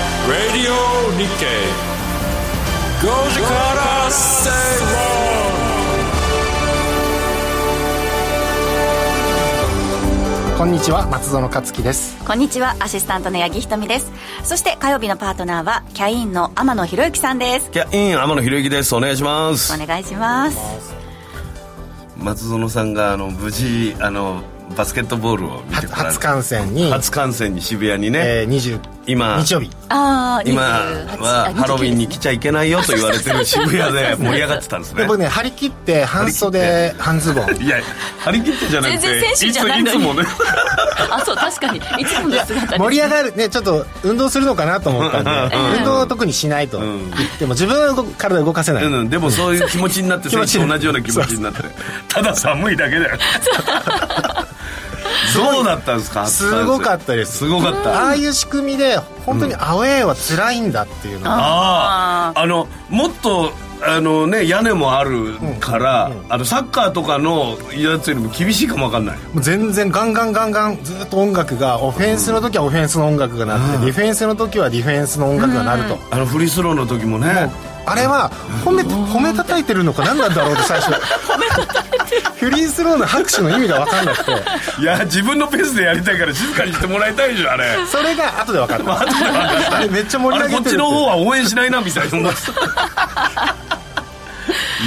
ジオ日経5時から正こんにちは松園克樹ですこんにちは、アシスタントの八木ひとみです。そして火曜日のパートナーは、キャインの天野博之さんです。キャイン天野博之ですお願いしますお願いします。松園さんがあの無事あのバスケットボールを見て初こられ初観戦に、初観戦に渋谷にね、えー、20今日曜日ああ、今はハロウィンに来ちゃいけないよと言われてる渋谷で 盛り上がってたんですでね僕ね張り切って半袖半ズボンいや張り切ってじゃなくて全然選手じゃないのについつもねあ、そう、確かに。いつもの姿盛り上る。がるねちょっと運動するのかなと思ったんで、運動は特にしないと言っても自分は動く体動かせない、うんうんでもそういう気持ちになっ て気持選ち手と同じような気持ちになってただ寒いだけだ よどうだったんですかすごかったですすごかったああいう仕組みで本当にアウェーは辛いんだっていうのが、あああのもっとあのね屋根もあるから、あのサッカーとかのやつよりも厳しいかもわかんないもう全然ガンガンガンガンずっと音楽がオフェンスの時はオフェンスの音楽が鳴って、ディフェンスの時はディフェンスの音楽が鳴ると、あのフリースローの時もねあれは褒めて褒めたたいてるのか何なんだろうって最初フリースローの拍手の意味が分かんなくていや自分のペースでやりたいから静かにしてもらいたいでしょあれそれが後で分かったあれめっちゃ盛りあ上れげこってちるの方は応援しないなみたいな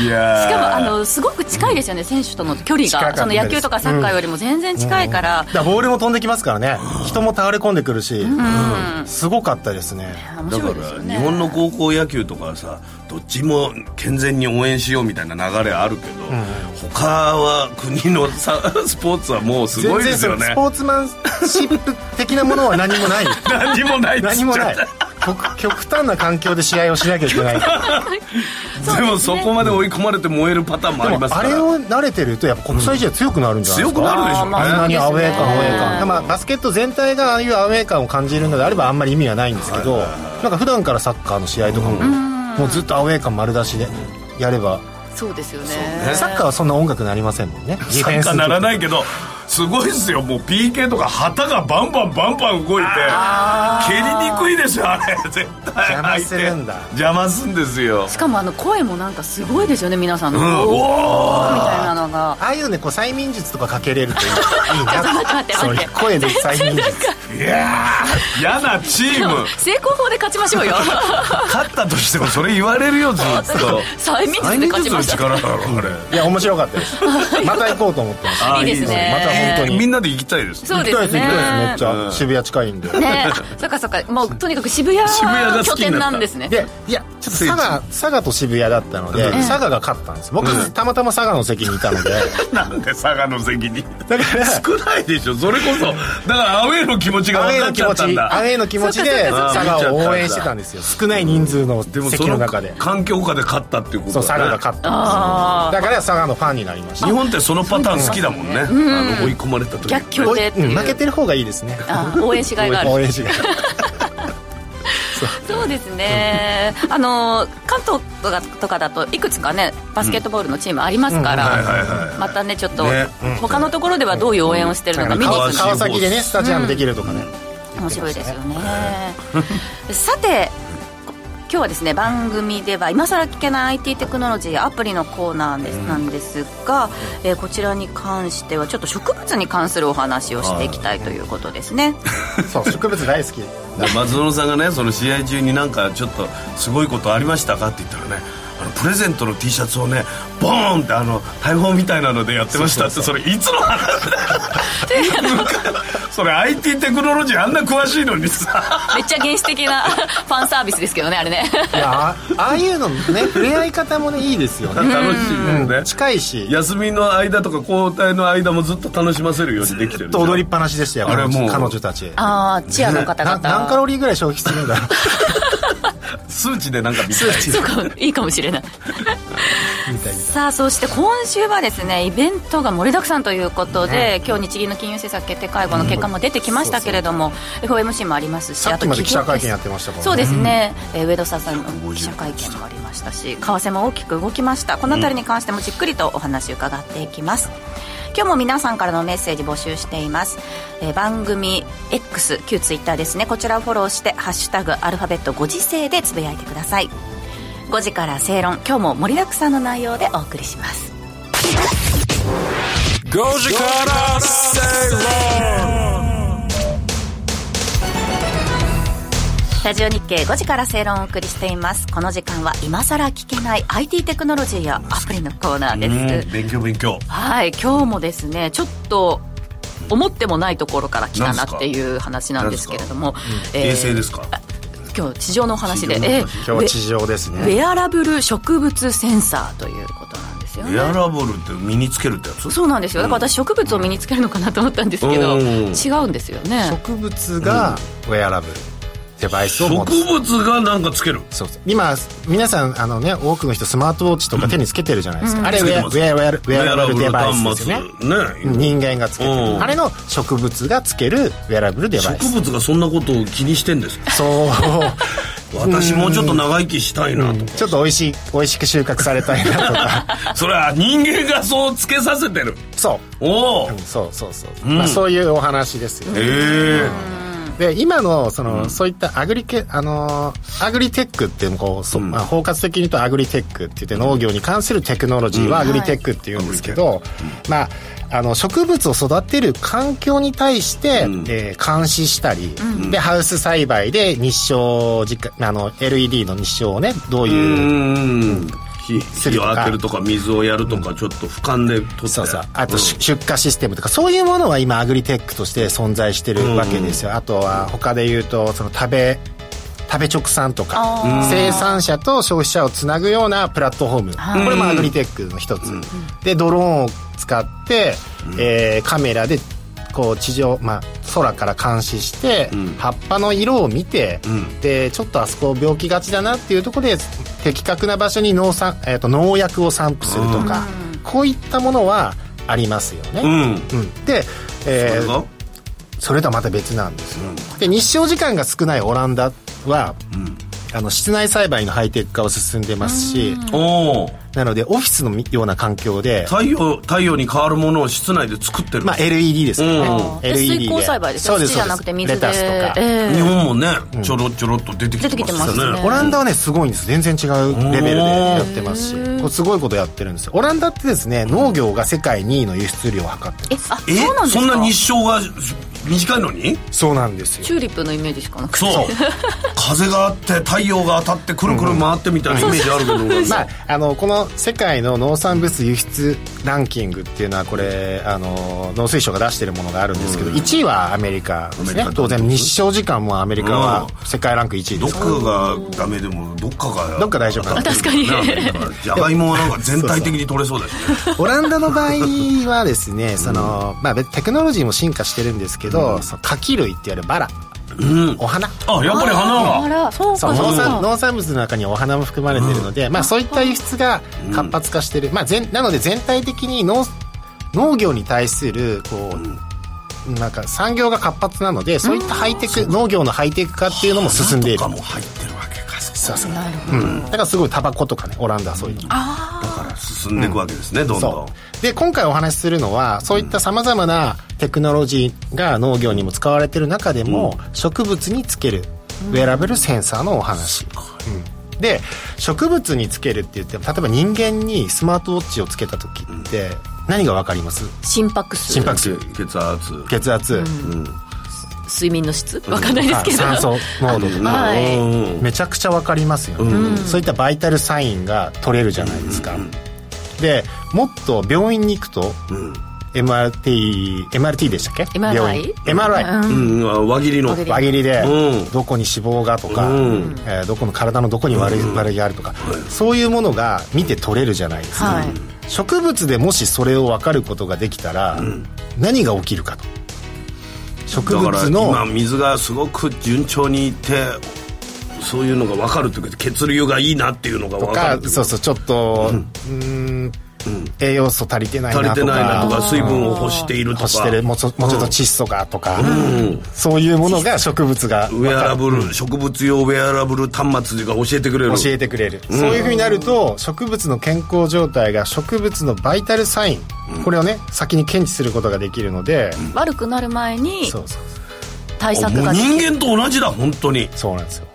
いやーしかも、あの、すごく近いですよね、選手との距離近かっが。たそのです野球とかサッカーよりも全然近いから。だからボールも飛んできますからね人も倒れ込んでくるし、すごかったですね面だか白いですよらね。日本の高校野球とかはさどっちも健全に応援しようみたいな流れあるけど、他は国のさスポーツはもうすごいですよ全然そのねスポーツマンシップ的なものは何も ない何もないっつっち何ゃもったない極極端な環境で試合をしなきゃいけないでもそこまで追い込まれて燃えるパターンもあでりまもすあかれらを慣れてるとやっぱ国際試合強くなるんじゃないで強すか、くなるでしょうあーね、まあんなにアウェー感アそうウでェすねー感、まあ、バスケット全体がああいうアウェー感を感じるのであればあんまり意味はないんですけどなんか普段からサッカーの試合とかももうずっとアウェー感丸出しでやればそうですよね。サッカーはそんな音楽なりませんもんねディサッカーの時ならないけどすごいですよもう PK とか旗がバンバンバンバン動いて蹴りにくいですよあれ絶対邪魔するんだ相手邪魔すんですよしかも、あの、声もなんかすごいですよね、皆さんの。うんおーおーみたいなのが。ああいうねこう催眠術とかかけれるといいいいな 待って待ってそう待っていう声で催眠術いやー嫌なチ ーム成功法で勝ちましょうよ。勝ったとしてもそれ言われるよずっと催眠術で勝ちまのした。力だろあれいや面白かったです また行こうと思ってますあーいいですねまた本当にみんなで行きたいですそうですね行きたいです行きたいですめっちゃ、ん渋谷近いんでね、 そっかそっかもうとにかく渋谷渋谷はが拠好きにな点ったなんですねでいやちょっと佐賀佐賀と渋谷だったので、うん佐賀が勝ったんです僕、たまたま佐賀の席にいたのでなんで佐賀の席にだから 少ないでしょそれこそだからアウェーの気持ちがアウェー分かのっ気ちゃ持ったちんだアウェーの気持ちそうでかそうか佐賀を応援してたんですよ少ない人数のでもそ席のの中で環境下で勝ったっていうことそう佐賀が勝ったんですよだから佐賀のファンになりました日本ってそのパターン好きだもんねあの追い込まれた時逆境でってうんいう負けてる方がいいですねあー応援しがいがあ応る援しがいそうですねあの関東とかとかだといくつかねバスケットボールのチームありますかうんはいはらいはまたねちょっとね他のところではどういう応援をしてるのか見に行川くかの川崎でねスタジアムできるとかね、面白いですよねさてこ今日はですね番組では今更聞けない IT テクノロジーアプリのコーナーです、なんですが、えーこちらに関してはちょっと植物に関するお話をしていきたいということです ねそう植物大好き松園さんがねその試合中になんかちょっとすごいことありましたかって言ったらねあのプレゼントの T シャツをねボーンってあの大砲みたいなのでやってましたってそれいつの話だよそれ IT テクノロジーあんな詳しいのにさめっちゃ原始的な ファンサービスですけどねあれねいやあああいうのね触れ合い方もねいいですよ楽ね、しいよね近いし休みの間とか交代の間もずっと楽しませるようにできてずっると踊りっぱなしでしたよあれもう彼女たちああチアの方な々何カロリーぐらい消費するんだ ろう数値でなんか見たいそうかいいかもしれないみたいなさあそして今週はですねイベントが盛りだくさんということで、今日日銀の金融政策決定会合の結果も出てきましたけれども、FOMC もありますしさっきまであと企業記者会見やってましたからねそうですね、えー上戸沙さんの記者会見もありましたし為替も大きく動きましたこの辺りに関してもじっくりとお話伺っていきます、今日も皆さんからのメッセージ募集しています、えー番組 X 旧 Twitter ですねこちらをフォローして「ハッシュタグアルファベットご時世」でつぶやいてください5時から正論今日も盛りだくさんの内容でお送りします5時から正論ラジオ日経5時から正論をお送りしていますこの時間は今さら聞けない IT テクノロジーやアプリのコーナーですうん勉強勉強はい今日もですねちょっと思ってもないところから来たなっていう話なんですけれども、えー衛星ですか今日地上のお話で地上のお話えー今日は地上ですウねェアラブル植物センサーということなんですよエアね。ラボルって身につけるってやつそうなんですよ。だから私植物を身につけるのかなと思ったんですけど、うん違うんですよね。植物がウェアラブルデバイスを植持つ物がなんかつけるそうそう今皆さんあのね多くの人スマートウォッチとか手につけてるじゃないですか、あれウェアウつけェてアウェアウエェアラブルデバイスですよねねうん人間がつけてうんるあれの植物がつけるウェアラブルデバイ植ス物がそんなことを気にしてんですかそう 私もうちょっと長生きしたいなとちょっと美味しい美味しく収穫されたいなと かそれは人間がそうつけさせてるそおおう、うんそうそうそう、んまあ、そういうお話ですよ、ええで今のその、そういったアグリケあのーアグリテックっていうのこう、そまあ、包括的に言うとアグリテックって言って農業に関するテクノロジーはアグリテックっていうんですけど、まああの植物を育てる環境に対して、えー監視したり、でハウス栽培で日照時間あの LED の日照をねどうういう、ん火す火るとをか当てるとか水をやるとかちょっと俯瞰で撮ってそうそうあと、し出荷システムとかそういうものは今アグリテックとして存在してるわけですよ、あとは他で言うとその食べ食べ直産とかあー生産者と消費者をつなぐようなプラットフォーム、はいこれもアグリテックの一つ、でドローンを使って、えーカメラでこう地上、まあ、空から監視して、ん葉っぱの色を見て、んでちょっとあそこ病気がちだなっていうところで的確な場所に農産、えー、と農薬を散布するとか、こういったものはありますようね、んうんうんで、えーそれがそれとはまた別なんですよ、で日照時間が少ないオランダは、あの室内栽培のハイテク化を進んでますし、おおなのでオフィスのような環境で、太陽太陽に変わるものを室内で作ってる、まあ、LED ですよね、うんで LED 水耕栽培ですよそう土じゃなくて水でレタスとか、ええ日本もねちょろちょろっと出てきてま出すてきてよますねねオランダはねすごいんです全然違うレベルでやってますしこれすごいことやってるんですよオランダってですね農業が世界2位の輸出量を測ってるえあえそうなんですそかんな日照が短いのにそうなんですチューリップのイメージしかなくてそう 風があって太陽が当たってくるくる回ってみたいなイメージあるけど、まあ、あのこの世界の農産物輸出ランキングっていうのはこれあの農水省が出してるものがあるんですけど、1位はアメリカですアメリねカ当然日照時間もアメリカは世界ランク1位どでっすかからがダメでもどっかがどっか大丈夫かな確かにじゃがいもはなんか全体的に取れそうだしねオランダの場合はですねその、まあ、別テクノロジーも進化してるんですけど、その柿類って言われるバラ、お花あやっぱりあ花がらそうそう農かそう産か農産物の中にお花も含まれてるので、まあ、そういった輸出が活発化してる、まあ、全なので全体的に農農業に対するこう、なんか産業が活発なのでそういったハイテク、農業のハイテク化っていうのも進んでいるとかも入ってるわけかそうそうなるほどうん、だからすごいタバコとかねオランダはそういうのだから進んでいくわけですね、どんどそんうで今回お話しするのはそういったさまざまなテクノロジーが農業にも使われてる中でも、植物につけるウェアラブルセンサーのお話、うんで植物につけるって言っても例えば人間にスマートウォッチをつけた時って何が分かります心拍数心拍数血圧血圧、睡眠の質わかんないですけど酸素濃度とか、はいうんめちゃくちゃ分かりますよね、そういったバイタルサインが取れるじゃないですか、でもっと病院に行くと、MRT, MRT でしたっけ MRI 病院 MRI、うんうんあ輪切りの輪切り輪切りで、うんどこに脂肪がとか、うんえーどこの体のどこに悪い,、悪いがあるとか、そういうものが見て取れるじゃないですか、はい植物でもしそれを分かることができたら、何が起きるかと植だから物の今水がすごく順調にいってそういうのが分かるというか血流がいいなっていうのがと分かかるというそうそうちょっとうーん栄養素足りてない足りなてとないなとかか水分を欲していると干しかてるもうちょもうちょっと窒素がとか、そういうものが植物がウェアラブル植物用ウェアラブル端末が教えてくれる教えてくれる、そういうふうになると植物の健康状態が植物のバイタルサイン、これをね先に検知することができるので、悪くなる前にそうそうそう対あ策もがうできる人間と同じだ本当にそうなんですよ、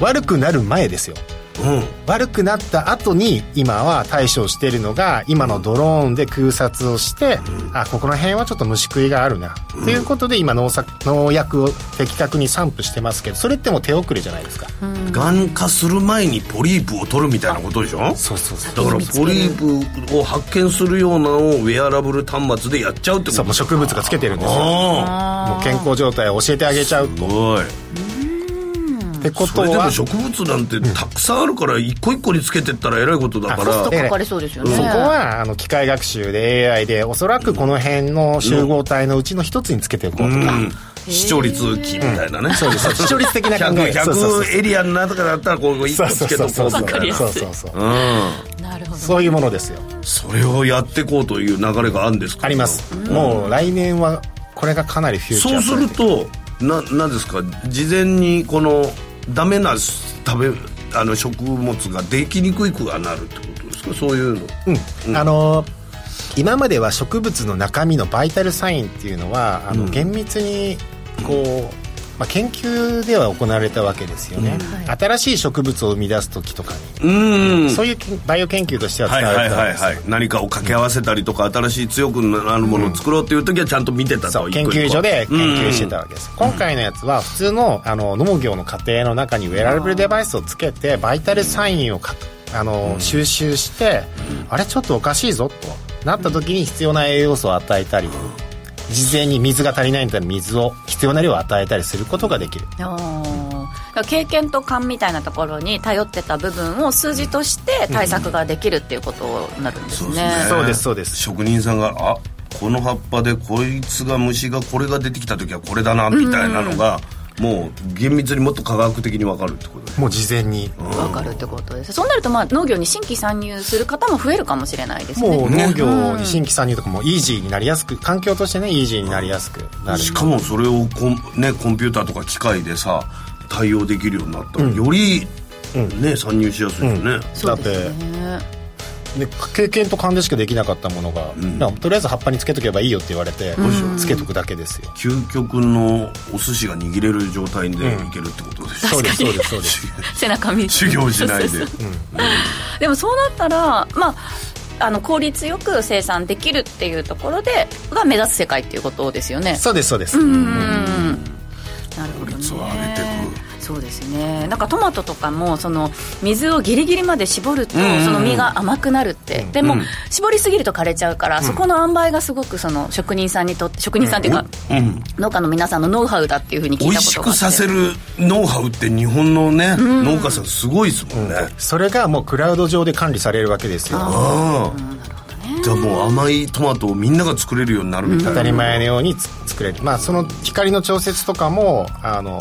悪くなる前ですようん悪くなった後に今は対処しているのが今のドローンで空撮をして、あここら辺はちょっと虫食いがあるな、っていうことで今農作農薬を的確に散布してますけどそれってもう手遅れじゃないですか、がん化する前にポリープを取るみたいなことでしょだかそうそうそうらポリープを発見するようなのをウェアラブル端末でやっちゃうってこそとうもう植物がつけてるんですよもあう健康状態を教えてあげちゃうあすごいってこそとれでもは植物なんてたくさんあるから一個一個につけてったらえらいことだかコストらかかりそうですよね、そこはあの機械学習で AI でおそらくこの辺の集合体のうちの一つにつけておこうとか、視聴率期みたいなねそうです視聴率的 な考えそうそうそう100エリアの中だったらこう一そう個そつうけそとうそこううそうみたいなそうそうそううんなるほどそういうものですよそれをやっていこうという流れがあるんですかあります、もう来年はこれがかなりフューチャーそうするとななんですか事前にこのダメな食べあの食物ができにくいくはなるってことですかそういうのうんあのー今までは植物の中身のバイタルサインっていうのはあの厳密にこう、まあ、研究では行われたわけですよね、新しい植物を生み出す時とかうーんに、そういうけんバイオ研究としては使はわいれはたわいけですよ、はいはい何かを掛け合わせたりとか新しい強くなるものを作ろうっていう時はちゃんと見てたとそう研究所で研究してたうんわけです、今回のやつは普通のあの農業の過程の中にウェアラブルデバイスをつけてバイタルサインをかあの、収集して、あれちょっとおかしいぞとなった時に必要な栄養素を与えたり、事前に水が足りないんだったら水を必要な量を与えたりすることができるあー経験と勘みたいなところに頼ってた部分を数字として対策ができるっていうことになるんですね,、そうですそうです職人さんがあこの葉っぱでこいつが虫がこれが出てきた時はこれだなみたいなのが、もう厳密にもっと科学的に分かるってことねもう事前に、分かるってことですそうなるとまあ農業に新規参入する方も増えるかもしれないですねもう農業に新規参入とかもイージーになりやすく環境としてねイージーになりやすくなるしかもそれをコン,、ね、コンピューターとか機械でさ対応できるようになったら、より、ね、参入しやすいよね、そだうっでてす ねで経験と勘でしかできなかったものが、だからとりあえず葉っぱにつけとけばいいよって言われて、つけとくだけですよ、究極のお寿司が握れる状態でいけるってことでしょ、そうですそうですそうです 背中見て修行しないそうそうでそうでもそうなったらまああの効率よく生産できるっていうところでが目指す世界っていうことですよねそうですそうです、なるほどね率を上げてそうですねなんかトマトとかもその水をギリギリまで絞ると、んうんうんその実が甘くなるって、でも、絞りすぎると枯れちゃうから、そこの塩梅がすごくその職人さんにとって職人さんっていうか、うん農家の皆さんのノウハウだっていうふうに聞美い味たこしとがあっくてさせるノウハウって日本のね、農家さんすごいですもんね、それがもうクラウド上で管理されるわけですよああじゃあもう甘いトマトをみんなが作れるようになるみたいな、当たり前のようにつ作れる、まあ、その光の調節とかもあの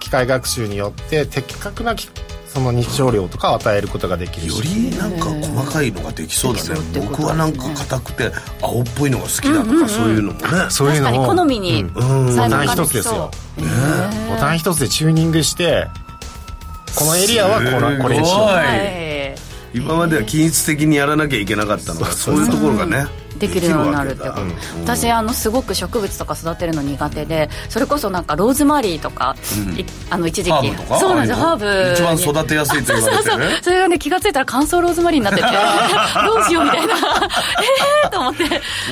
機械学習によって的確なきその日照量とかを与えることができるよしりなんか細かいのができそうだねできそうってことですね僕はなんか硬くて青っぽいのが好きだとかそういうのもね、そういう確かにのを好みに細分化ボタン一つですよボタン一つでチューニングしてこのエリアはこのこれにしようすごいはい今までは均一的にやらなきゃいけなかったのがそういうところがねできるようになるってこと、できるわけだ私あのすごく植物とか育てるの苦手でそれこそなんかローズマリーとか、いあの一時ハ期ーブとかそうなんですよあハあーいブうのに一番育てやすいと言われてそうるねそうそれがね気が付いたら乾燥ローズマリーになって てどうしようみたいな ええと思って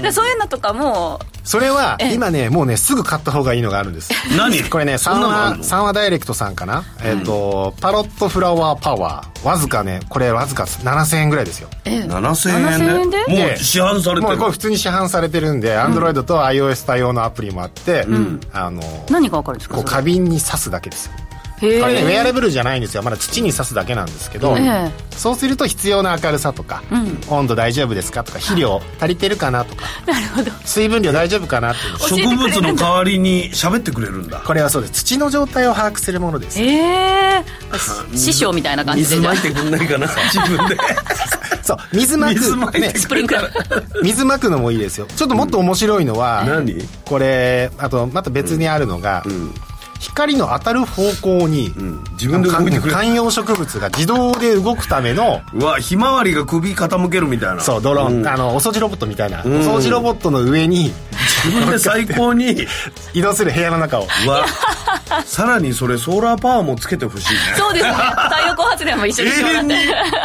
でそういうのとかもそれは今ねもうねすぐ買った方がいいのがあるんです何これねそんな三のあん和の三和ダイレクトさんかな、えっ、とパロットフラワーパワーわずかねこれわずか7000円ぐらいですよ7000円で7000円でもう市販されてもうるこれ普通に市販されてるんで Android と iOS 対応のアプリもあって、あの何がわかるんですかこうそれ花瓶に刺すだけですよこれねウェアレブルじゃないんですよまだ土に刺すだけなんですけど、えそうすると必要な明るさとか、温度大丈夫ですかとか肥料足りてるかなとかなるほど水分量大丈夫かなっていうの植物の代わりに喋ってくれるんだこれはそうです土の状態を把握するものですええ師匠みたいな感じで水じゃまあいてくんな いかな自分でそう水まく水まいてねスプリンクラー水まくのもいいですよちょっともっと面白いのは、何これあとまた別にあるのが、光の当たる方向に、ん自分で動いてくれる観葉植物が自動で動くためのうわひまわりが首傾けるみたいなそうドローン、あのお掃除ロボットみたいな、んお掃除ロボットの上に自分で最高に移動する部屋の中をうわさらにそれソーラーパワーもつけてほしいねそうですね太陽光発電も一緒にしようなんて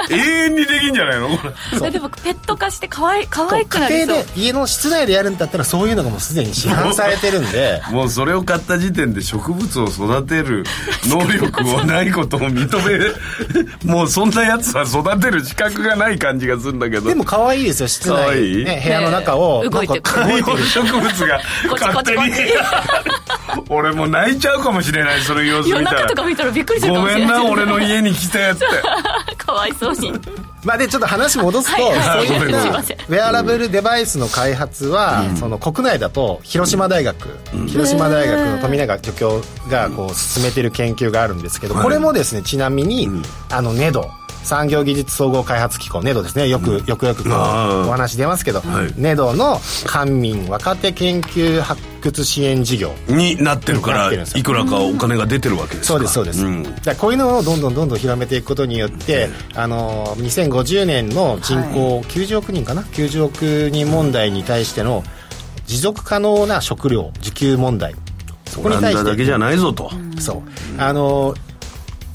永遠にできんじゃないの これえでもペット化して可愛い可愛くな家り庭そうで家の室内でやるんだったらそういうのがもうすでに市販されてるん でもうそれを買った時点で植物を育てる能力をないことを認め るもうそんなやつは育てる資格がない感じがするんだけどでも可愛いですよ室可愛内、いね、部屋の中を、ねえ動いてなんか観葉植物がこっちこっ勝ち手こっに俺もう泣いちゃうかもしれないその様子見夜た中らとか見たらびっくりするかごもしめれんないな俺の家に来てって かわいそうにまあでちょっと話戻すと、はいはいそういっごめんたごウめんェアラブルデバイスの開発は、その国内だと広島大学、広島大学の富永助教がこう進めてる研究があるんですけど、これもですねちなみに、あの NEDO 産業技術総合開発機構 NEDO ですねよくよくよくこうあーお話出ますけど、はい NEDO の官民若手研究発掘支援事業になってるかなっらてるんですよいくらかお金が出てるわけですそうかですそうです、んだからこういうのをどんどんどんどん広めていくことによって、あの2050年の人口90億人かな、90億人問題に対しての持続可能な食料自給問題そオこにラン対ダしだてけじゃないぞと、そうあの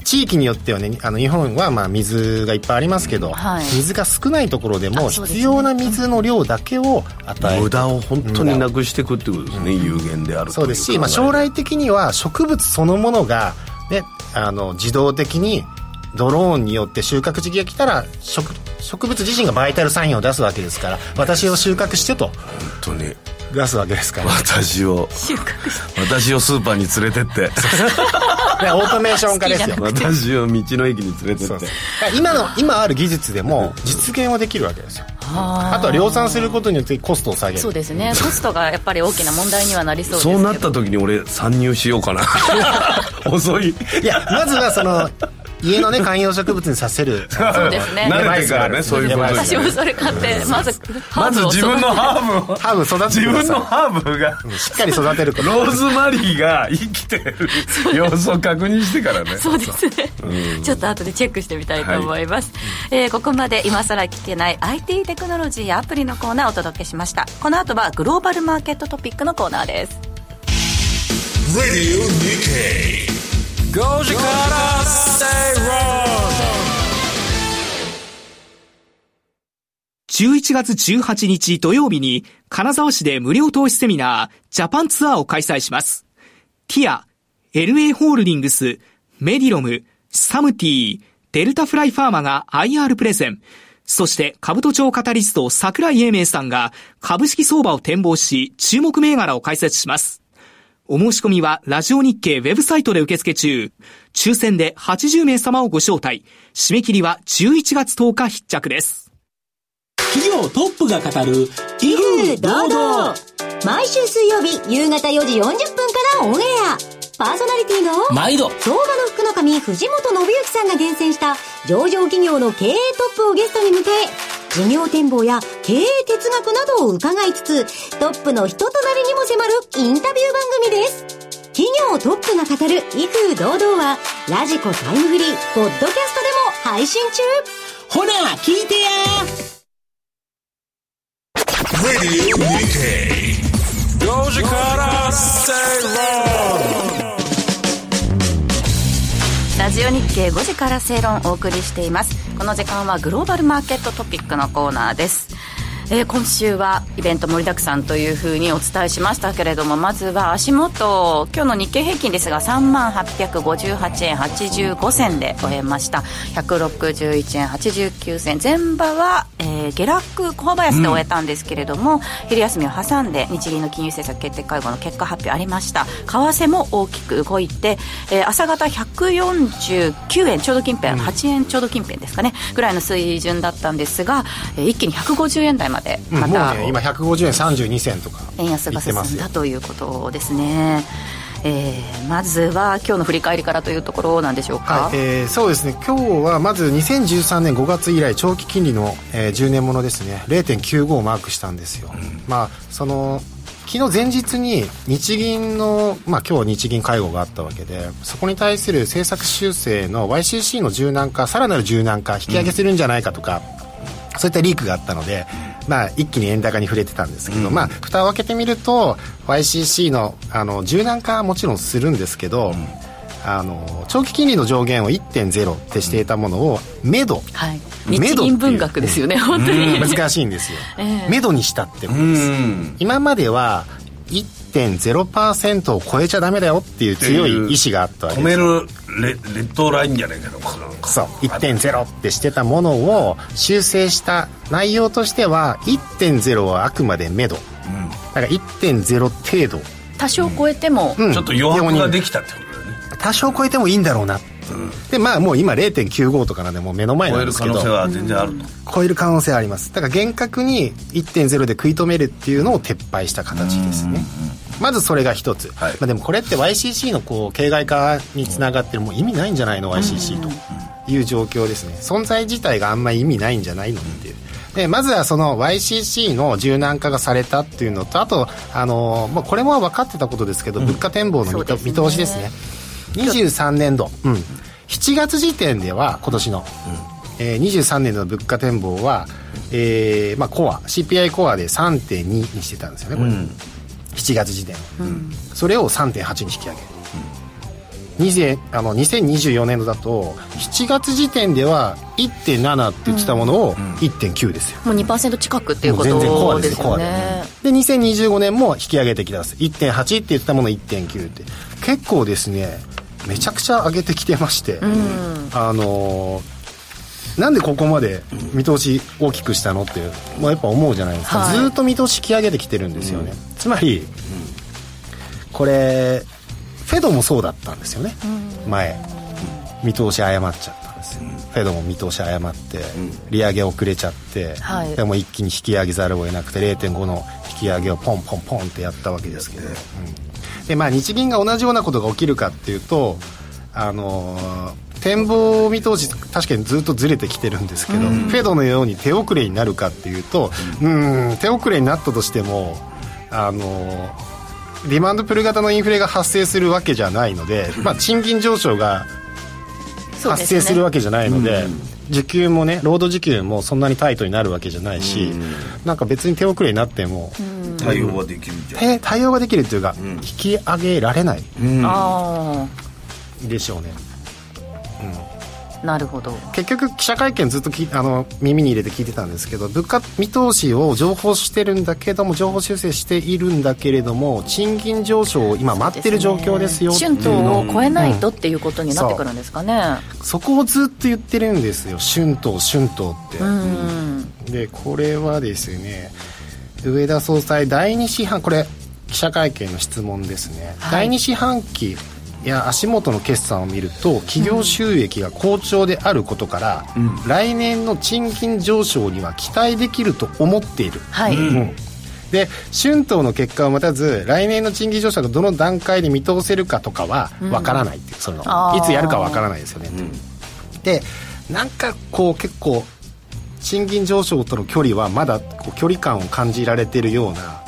地域によってはねあの日本はまあ水がいっぱいありますけど、はい水が少ないところでもあそうですね必要な水の量だけを与え無る駄を本当になくしていくってことですね、有限であるといそうですし、まあ、将来的には植物そのものが、ね、あの自動的にドローンによって収穫時期が来たら植植物自身がバイタルサインを出すわけですから私を収穫してと本当に出すわけですから 私を収穫して私をスーパーに連れてってでオートメーション化ですよ好きじゃな私を道の駅に連れてそうっそてうだから今の今ある技術でも実現はできるわけですよあとは量産することによってコストを下げ そうるですねコストがやっぱり大きな問題にはなりそうですけそどうなった時に俺参入しようかな遅いいやまずはその家のね観葉植物にさせるそうですね慣れてからねそういうことに私もそれ買ってまずハまーブずを自分のハーブをハーブ育て自てくだ分さのいハーブがしっかり育てることローズマリーが生きてる様子を確認してからねそうですね、ちょっと後でチェックしてみたいと思います、えーここまで今更聞けない IT テクノロジーやアプリのコーナーをお届けしましたこの後はグローバルマーケットトピックのコーナーです Radio Nikkei. Goji Kara, stay wrong. 11月18日土曜日に金沢市で無料投資セミナージャパンツアーを開催します。ティア、LA ホールディングス、メディロム、サムティデルタフライファーマが IR プレゼン、そして株都庁カタリスト桜井英明さんが株式相場を展望し注目銘柄を解説します。お申し込みはラジオ日経ウェブサイトで受付中。抽選で80名様をご招待。締め切りは11月10日必着です。企業トップが語る企業堂々毎週水曜日夕方4時40分からオンエアパーソナリティの毎度相場の福の神藤本信之さんが厳選した上場企業の経営トップをゲストに迎え事業展望や経営哲学などを伺いつつトップの人となりにも迫るインタビュー番組です企業トップが語る威風堂々はラジコタイムフリーポッドキャストでも配信中ほな聞いてや Radio Nikkei. Goji Kara, stay wrong. ラジオ日経5時から正論をお送りしていますこの時間はグローバルマーケットトピックのコーナーですえー今週はイベント盛りだくさんというふうにお伝えしましたけれどもまずは足元今日の日経平均ですが3万858円85銭で終えました161円89銭前場は、えーえー下落小幅安で終えたんですけれども、昼休みを挟んで日銀の金融政策決定会合の結果発表ありました為替も大きく動いて、えー朝方149円ちょうど近辺、8円ちょうど近辺ですかねぐらいの水準だったんですが、えー一気に150円台までうんまもうた、ね今150円32銭とか円安が進言ってんまだすということですね、えーまずは今日の振り返りからというところなんでしょうか、はいえーそうですね今日はまず2013年5月以来長期金利の、えー10年ものですね0.95をマークしたんですよ、まあその昨日前日に日銀の、まあ、今日日銀会合があったわけでそこに対する政策修正の YCC の柔軟化さらなる柔軟化引き上げするんじゃないかとか、そういったリークがあったので、まあ、一気に円高に触れてたんですけど、まあ、蓋を開けてみると YCC のあの柔軟化はもちろんするんですけど、あの長期金利の上限を1.0ってしていたものをめど、はい、メドってい日う銀文学ですよね、本当に、難しいんですよ、 ええめどにしたってことうです、ん今までは1.0%を超えちゃダメだよっていう強い意志があったわけ止ですめるレレッドラインじゃないけどこのそう1.0ってしてたものを修正した内容としては1.0はあくまでめどだから1.0程度、多少超えても、うんちょっと余白ができたってことだよね多少超えてもいいんだろうなって、でまあもう今0.95とかなんでもう目の前超なんでえるす可けど能性は全然あると、超える可能性はありますだから厳格に1.0で食い止めるっていうのを撤廃した形ですねまずそれが一つ、はいまあ、でもこれって YCC のこう形骸化につながってるもう意味ないんじゃないの YCC という状況ですね存在自体があんまり意味ないんじゃないのっていうでまずはその YCC の柔軟化がされたっていうのとあと、あのーまあ、これも分かってたことですけど、物価展望の見,、そうですね見通しですね23年度、うん、7月時点では今年の、えー23年度の物価展望は、えーまあ、コア CPI コアで3.2にしてたんですよねこれ、7月時点、それを3.8に引き上げる、20あの2024年度だと7月時点では1.7って言ってたものを1.9ですよ、もう2%近くっていうこもう全然コアとでですすコよアでね。で2025年も引き上げてきたんです1.8って言ってたもの1.9って結構ですねめちゃくちゃ上げてきてまして、あのーなんでここまで見通し大きくしたのって、まあ、やっぱ思うじゃないですか、はいずーっと見通し引き上げてきてるんですよね、つまり、これフェドもそうだったんですよね、前見通し誤っちゃったんですよ、フェドも見通し誤って、利上げ遅れちゃって、はいでも一気に引き上げざるを得なくて0.5の引き上げをポンポンポンってやったわけですけど、うんでまあ、日銀が同じようなことが起きるかっていうと、あのー展望見通し確かにずっとずれてきてるんですけど、フェドのように手遅れになるかっていうとうん手遅れになったとしても、あのーディマンドプル型のインフレが発生するわけじゃないので、まあ、賃金上昇がそうで発すね生するわけじゃないので時給もね労働時給もそんなにタイトになるわけじゃないし、なんか別に手遅れになっても、対応はできるじゃんて対応ができるというか、引き上げられないあでしょうねあ、なるほど。結局記者会見ずっときあの耳に入れて聞いてたんですけど物価見通しを情報してるんだけども情報修正しているんだけれども賃金上昇を今待ってる状況ですよっていう春闘のをを超えないとっていうことになってくるんですかね。そこをずっと言ってるんですよ春闘春闘って、うん。でこれはですね上田総裁第2四半これ記者会見の質問ですね、はい第2四半期や足元の決算を見ると企業収益が好調であることから、来年の賃金上昇には期待できると思っている、はい。で春闘の結果を待たず来年の賃金上昇がどの段階で見通せるかとかはわからないっていう、そのあーいつやるかわからないですよねって、でなんかこう結構賃金上昇との距離はまだこう距離感を感じられてるような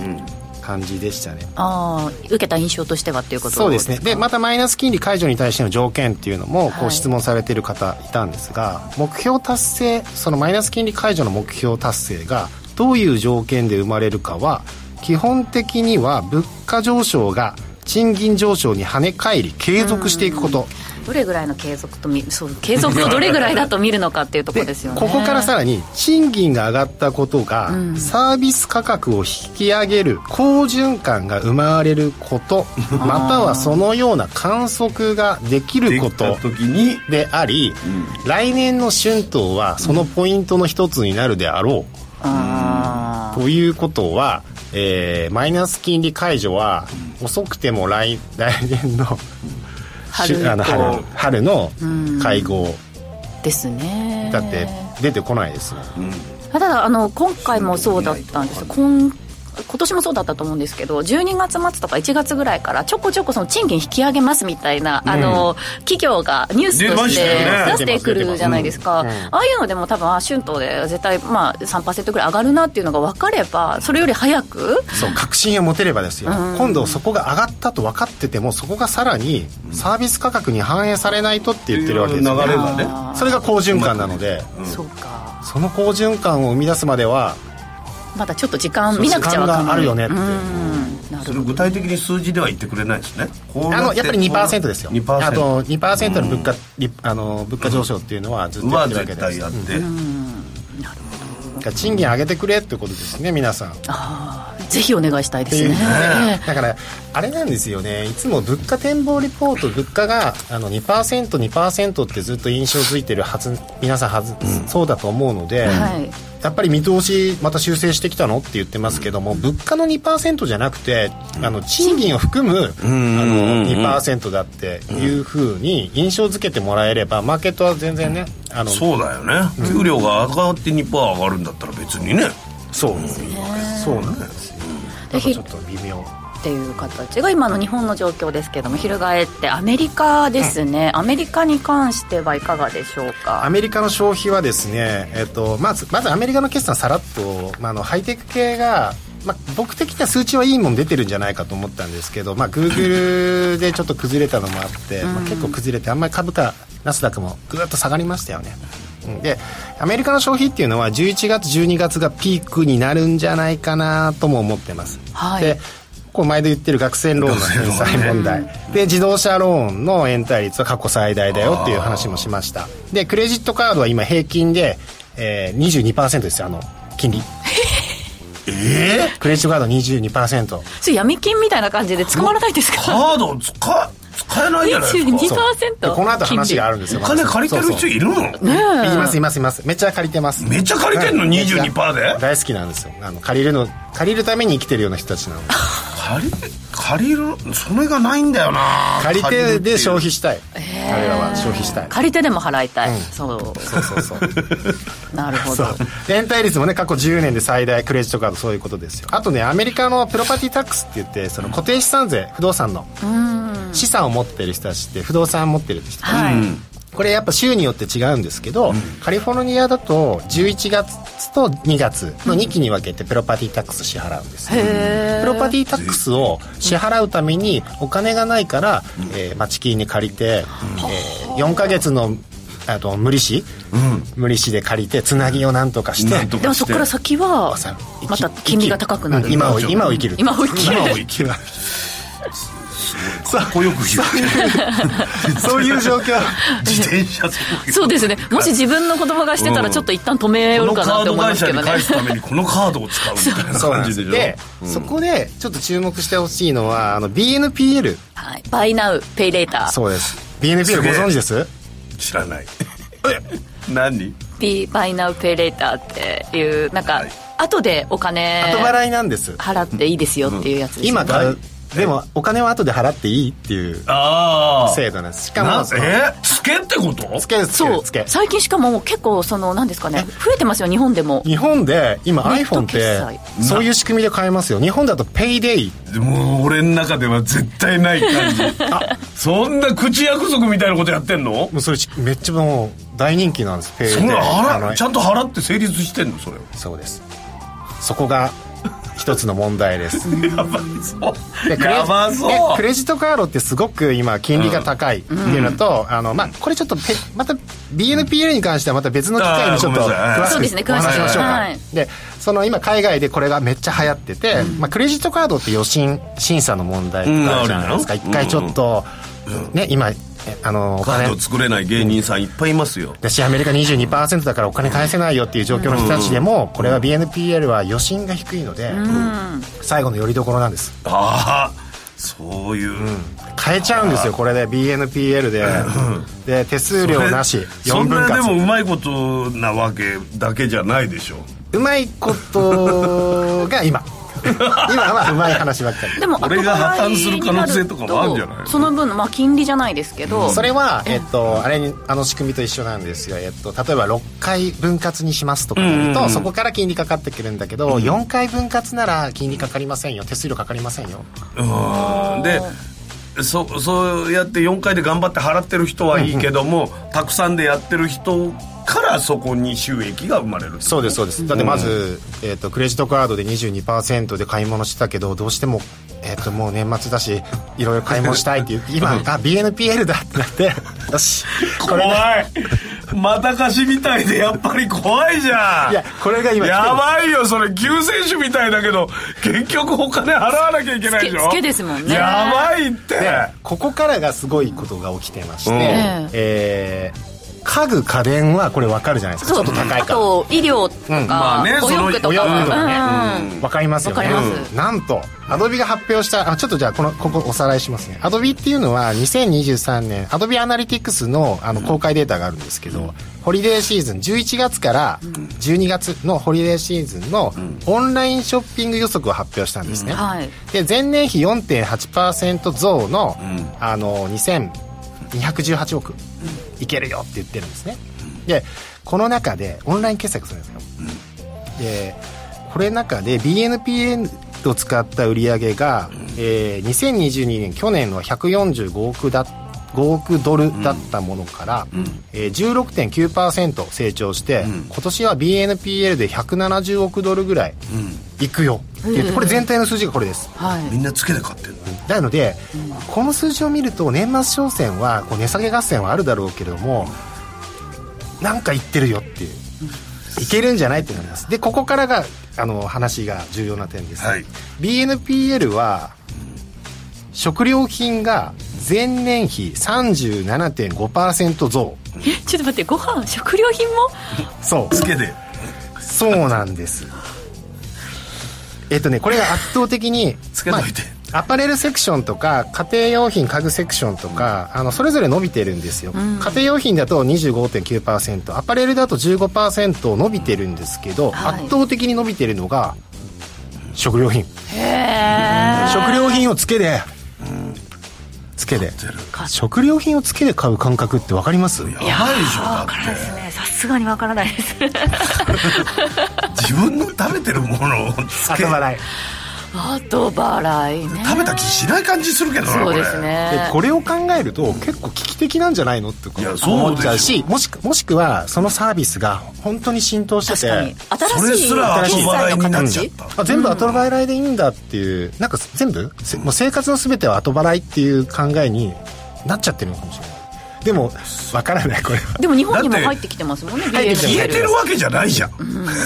感じでしたね、ああ、受けた印象としてはっていうことそうですねでかまたマイナス金利解除に対しての条件っていうのもこはうい質問されてる方いたんですが、目標達成そのマイナス金利解除の目標達成がどういう条件で生まれるかは基本的には物価上昇が賃金上昇に跳ね返り継続していくことどれぐらいの継続とみ、そう、継続をどれぐらいだと見るのかっていうところですよね。ここからさらに賃金が上がったことがんサービス価格を引き上げる好循環が生まれることまたはそのような観測ができるこでときた時にであり、来年の春闘はそのポイントの一つになるであろうあーということは、えーマイナス金利解除は遅くても来来年の春以しあの降春春の会合ですねだって出てこないですもんただあの今回もそうだったんです今今年もそうだったと思うんですけど12月末とか1月ぐらいからちょこちょこその賃金引き上げますみたいな、あの企業がニュースとして出ましたよね出してくるじゃないですか、ああいうのでも多分あ春闘で絶対まあ3%ぐらい上がるなっていうのが分かればそれより早くそう確信を持てればですよ、今度そこが上がったと分かっててもそこがさらにサービス価格に反映されないとって言ってるわけですよ流れねがねそれが好循環なので、そうかその好循環を生み出すまではまだちょっと時間見なくちゃ分か時んない間があるよねってうんなるほそれど具体的に数字では言ってくれないですねこうあなのてやっぱり2%ですよ2%あと2%の物価,り、あの物価上昇っていうのはずっとやはってるわけ絶です対やって、だから賃金上げてくれってことですね皆さんぜひお願いしたいですねってだからあれなんですよねいつも物価展望リポート物価があの 2%2% ってずっと印象づいてるはず皆さんはず、そうだと思うので、はいやっぱり見通しまた修正してきたのって言ってますけども物価の2%じゃなくてあの賃金を含むあの2%だっていうふうに印象づけてもらえればマーケットは全然ねあのそうだよね給料が上がって2%上がるんだったら別にねそうそうなんですよぜひちょっと微妙っていう形が今の日本の状況ですけども翻ってアメリカですね、アメリカに関してはいかがでしょうアかメリカの消費はですね、えっと、まずまずアメリカの決算さらっと、まあ、あのハイテク系が、まあ、僕的には数値はいいもん出てるんじゃないかと思ったんですけど、まあ、グーグルでちょっと崩れたのもあって、まあ、結構崩れてあんまり株価ナスダックもぐーっと下がりましたよね。うんでアメリカの消費っていうのは11月12月がピークになるんじゃないかなとも思ってます、はいでこう毎度言ってる学生ローンの返済問題、で自動車ローンの延滞率は過去最大だよっていう話もしましたでクレジットカードは今平均で、えー、22%ですよあの金利ええクレジットカード22%それ闇金みたいな感じで捕まらないですかカード使使えないじゃないですか22%でこの後話があるんですよお金借りてる人そうそういるのいますいますいますめっちゃ借りてますめっちゃ借りてんのはい22%で大好きなんですよあの借りるの借りるために生きてるような人たちなので借り借りるそれがないんだよな借りるてっていでう消費したい彼らは消費したい借り手でも払いたい、そそうそうそううなるほそどう連帯率もね過去10年で最大クレジットカードそういうことですよあとねアメリカのプロパティタックスって言ってその固定資産税不動産の資産を持ってる人たちって不動産持ってる人たちはい、これやっぱ州によって違うんですけど、カリフォルニアだと11月と2月の2期に分けてプロパティタックス支払うんですよプロパティタックスを支払うためにお金がないから、えー町金に借りて、え4ヶ月のあと無利子、無利子で借りてつなぎをなんとかしてなんとでかもしそてこから先はまた金利が高くなる今を今を生きる今を生きる今を生きるかっこよく言うそういう状況自転車そうですねもし自分の子供がしてたらちょっと一旦止めよこうのかカなっーてド思いま会す社けどにね返すためにこのカードを使うみたいなそうなん感でじですしょで、そこでちょっと注目してほしいのはあの BNPL はい、バイナウペイレーターそうです BNPL すごげえ存知です知らない何 B バイナウペイレーターっていうなんか、はい後でお金後払いなんです払っていいですよっていうやつです、ね、今買うでもお金は後で払っていいっていうあ制度なんですしかあもえつけってことつけるつけそるうつけ最近しかも結構その何ですかね増えてますよ日本でも日本で今ネット iPhone っ決済てそういう仕組みで買えますよ日本だと PayDay でも俺の中では絶対ない感じそんな口約束みたいなことやってんのもうそれめっちゃもう大人気なんですそ PayDay んなあの払ちゃんと払って成立してんのそれそうですそこが一つの問題ですやばいそうでクレやばそうでクレジットカードってすごく今金利が高いっていうのと、あのまあ、これちょっとペまた BNPL に関してはまた別の機会にちょっとあーごめんなさい詳そうですしねくお詳しく話しましょうか、はいでその今海外でこれがめっちゃ流行ってて、まあ、クレジットカードって予診審査の問題とかあるじゃないですか、うんあるよ一回ちょっと、ね今えあのおカー金ド作れない芸人さんいっぱいいますよだしアメリカ22%だからお金返せないよっていう状況の人たちでもこれは BNPL は予診が低いので最後のよりどころなんですああそういう、変えちゃうんですよこれで BNPL でで手数料なしそ4ん分なでもう割まいことなわけだけじゃないでしょうまいことが 今今はうまい話ばっかりでも俺が破綻する可能性とかもあるんじゃな後払いにるとその分のまあ金利じゃないですけど、それは、えっと、あれにあの仕組みと一緒なんですが、えっと、例えば6回分割にしますとか言うと、そこから金利かかってくるんだけど、4回分割なら金利かかりませんよ手数料かかりませんようんでそそうやって4回で頑張って払ってる人はいいけどもたくさんでやってる人からそこに収益が生まれるそうですそうですだってまず、えっと、クレジットカードで22%で買い物してたけどどうしても、えっと、もう年末だしいろいろ買い物したい っていう今あ BNPL だってなってよしこ怖れがいまた貸しみたいでやっぱり怖いじゃんいやこれが今来てるやばいよそれ救世主みたいだけど結局お金払わなきゃいけないでしょつけつけですもんねやばいってでここからがすごいことが起きてまして、うんえー家具家電はこれ分かるじゃないですかちょっと高いあからと医療とうんまあか、ねお洋服とおか洋服とかうんうんね、わかりますよねわかりますうんなんとアドビが発表したあちょっとじゃあこのここおさらいしますねアドビっていうのは2023年アドビアナリティクスのあの公開データがあるんですけど、ホリデーシーズン11月から12月のホリデーシーズンのオンラインショッピング予測を発表したんですね、はいで前年比4.8%増の,、あの2218億いけるよって言ってるんですね、でこの中でオンライン決済がするんですよ、でこれ中で BNPN を使った売り上げが、えー2022年去年の145億だ5億ドルだったものから、えー、16.9%成長して、今年は BNPL で170億ドルぐらいいくよ、でこれ全体の数字がこれですはいみんなつけて買ってるのなので、この数字を見ると年末商戦はこう値下げ合戦はあるだろうけれどもなんかいってるよっていう、いけるんじゃないってなりますでここからがあの話が重要な点です、はい BNPL は食料品が前年比37.5%増えちょっと待ってご飯食料品もそうつけでそうなんです。えっとね、これが圧倒的に、つけといてまあアパレルセクションとか家庭用品家具セクションとか、あのそれぞれ伸びてるんですよ、家庭用品だと25.9%アパレルだと15%伸びてるんですけど、はい圧倒的に伸びてるのが食料品食料品をつけでつけで食料品をつけで買う感覚って分かりますやばいでしょだっそうですねさすがにわからないですて自分の食べてるものをつけ後払い後払いね食べた気しない感じするけどなそうこれですでねこれを考えると結構危機的なんじゃないのってこいやうそう思っでしょちゃうしもしくもしくはそのサービスが本当に浸透して確かてにそ新れしいすら後決払済いのになっちゃっ形たあ全部後払いでいいんだっていう、なんか全部せもう生活の全ては後払いっていう考えになっちゃってるのかもしれないでもわからないこれ はでも日本にもだって入ってきてますもんね入ってき消え BNPL てるわけじゃないじゃん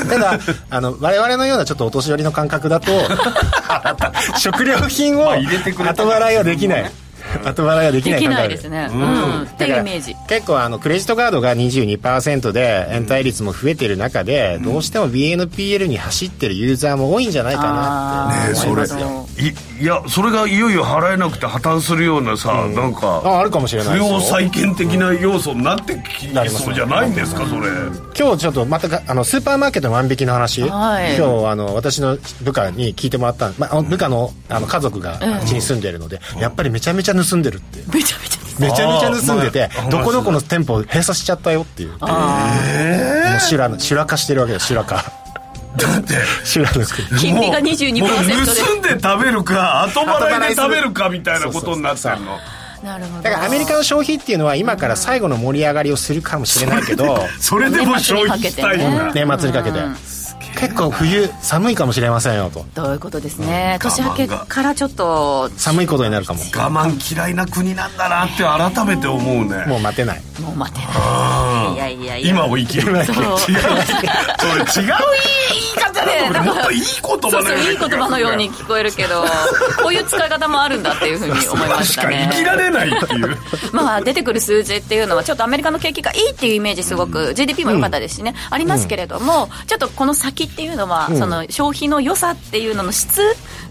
ただあの我々のようなちょっとお年寄りの感覚だ と食料品をまあ後入れてくれた払いはできない後払いはできでないき感覚なあいるですねうんっていうイメージ結構あのクレジットカードが22%で延滞率も増えてる中で、どうしても BNPL に走ってるユーザーも多いんじゃないかなってあーねえそれなるほいいやそれがいよいよ払えなくて破綻するようなさ、なあんかあるかもしれな不いですよ良債権的な要素になってきなりますそうじゃないんですかそれ今日ちょっとまたがあのスーパーマーケットの万引きの話、はい今日あの私の部下に聞いてもらったん、まあ、あの部下のあの家族がうちに住んでるので、やっぱりめちゃめちゃ盗んでるってめちゃめちゃですめちゃめちゃ盗んでてあーまあどこどこの店舗閉鎖しちゃったよっていうもう修羅の修羅化してるわけです修羅化 だって修羅の国金利が22%もうもうで盗んで食べるか後払いで後払いする食べるかみたいなことになってるのなるほどだからアメリカの消費っていうのは今から最後の盛り上がりをするかもしれないけど、それでも消費したいん年末にかだけ年末にかけて結構冬寒いかもしれませんよとどういうことですね年明け我慢がからちょっと寒いことになるかも我慢嫌いな国なんだなって改めて思うねもう待てないもう待てないいやいやいや今を生きる違うそうそれ違う言い方だと思うもっといい言そう葉そういい言葉のように聞こえるけどこういう使い方もあるんだっていうふうに思いまし確たかにね生きられないっていうまあ出てくる数字っていうのはちょっとアメリカの景気がいいっていうイメージすごく GDP も良かったですしね、ありますけれども、ちょっとこの先っていうのは、その消費の良さっていうのの質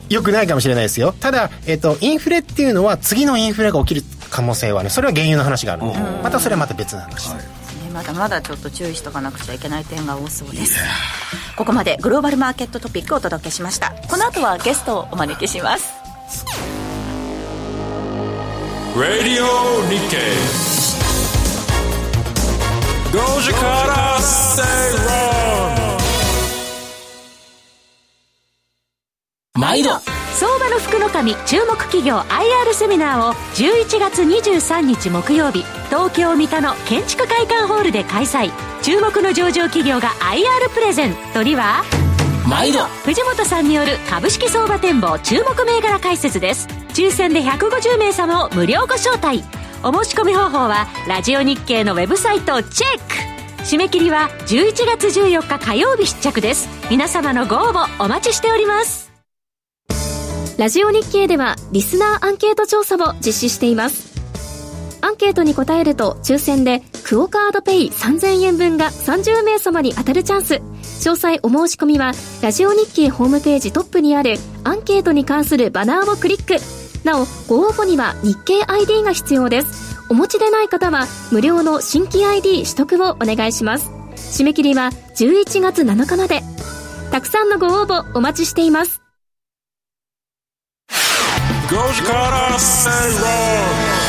よくないかもしれないですよただ、えっとインフレっていうのは次のインフレが起きる可能性はねそれは原油の話があるんでまたそれはまた別の話、まだまだちょっと注意しとかなくちゃいけない点が多そうですここまでグローバルマーケットトピックをお届けしましたこの後はゲストをお招きします Radio Nikkei. Doja Cat, stay wrong. 毎度相場の福の神注目企業 IR セミナーを11月23日木曜日東京三田の建築会館ホールで開催注目の上場企業が IR プレゼントには毎度藤本さんによる株式相場展望注目銘柄解説です抽選で150名様を無料ご招待お申し込み方法はラジオ日経のウェブサイトをチェック締め切りは11月14日火曜日出着です皆様のご応募お待ちしておりますラジオ日経ではリスナーアンケート調査を実施しています。アンケートに答えると抽選でクオカードペイ3000円分が30名様に当たるチャンス。詳細お申し込みはラジオ日経ホームページトップにあるアンケートに関するバナーをクリック。なお、ご応募には日経 ID が必要です。お持ちでない方は無料の新規 ID 取得をお願いします。締め切りは11月7日まで。たくさんのご応募お待ちしています。 Doja Cat, stay wrong.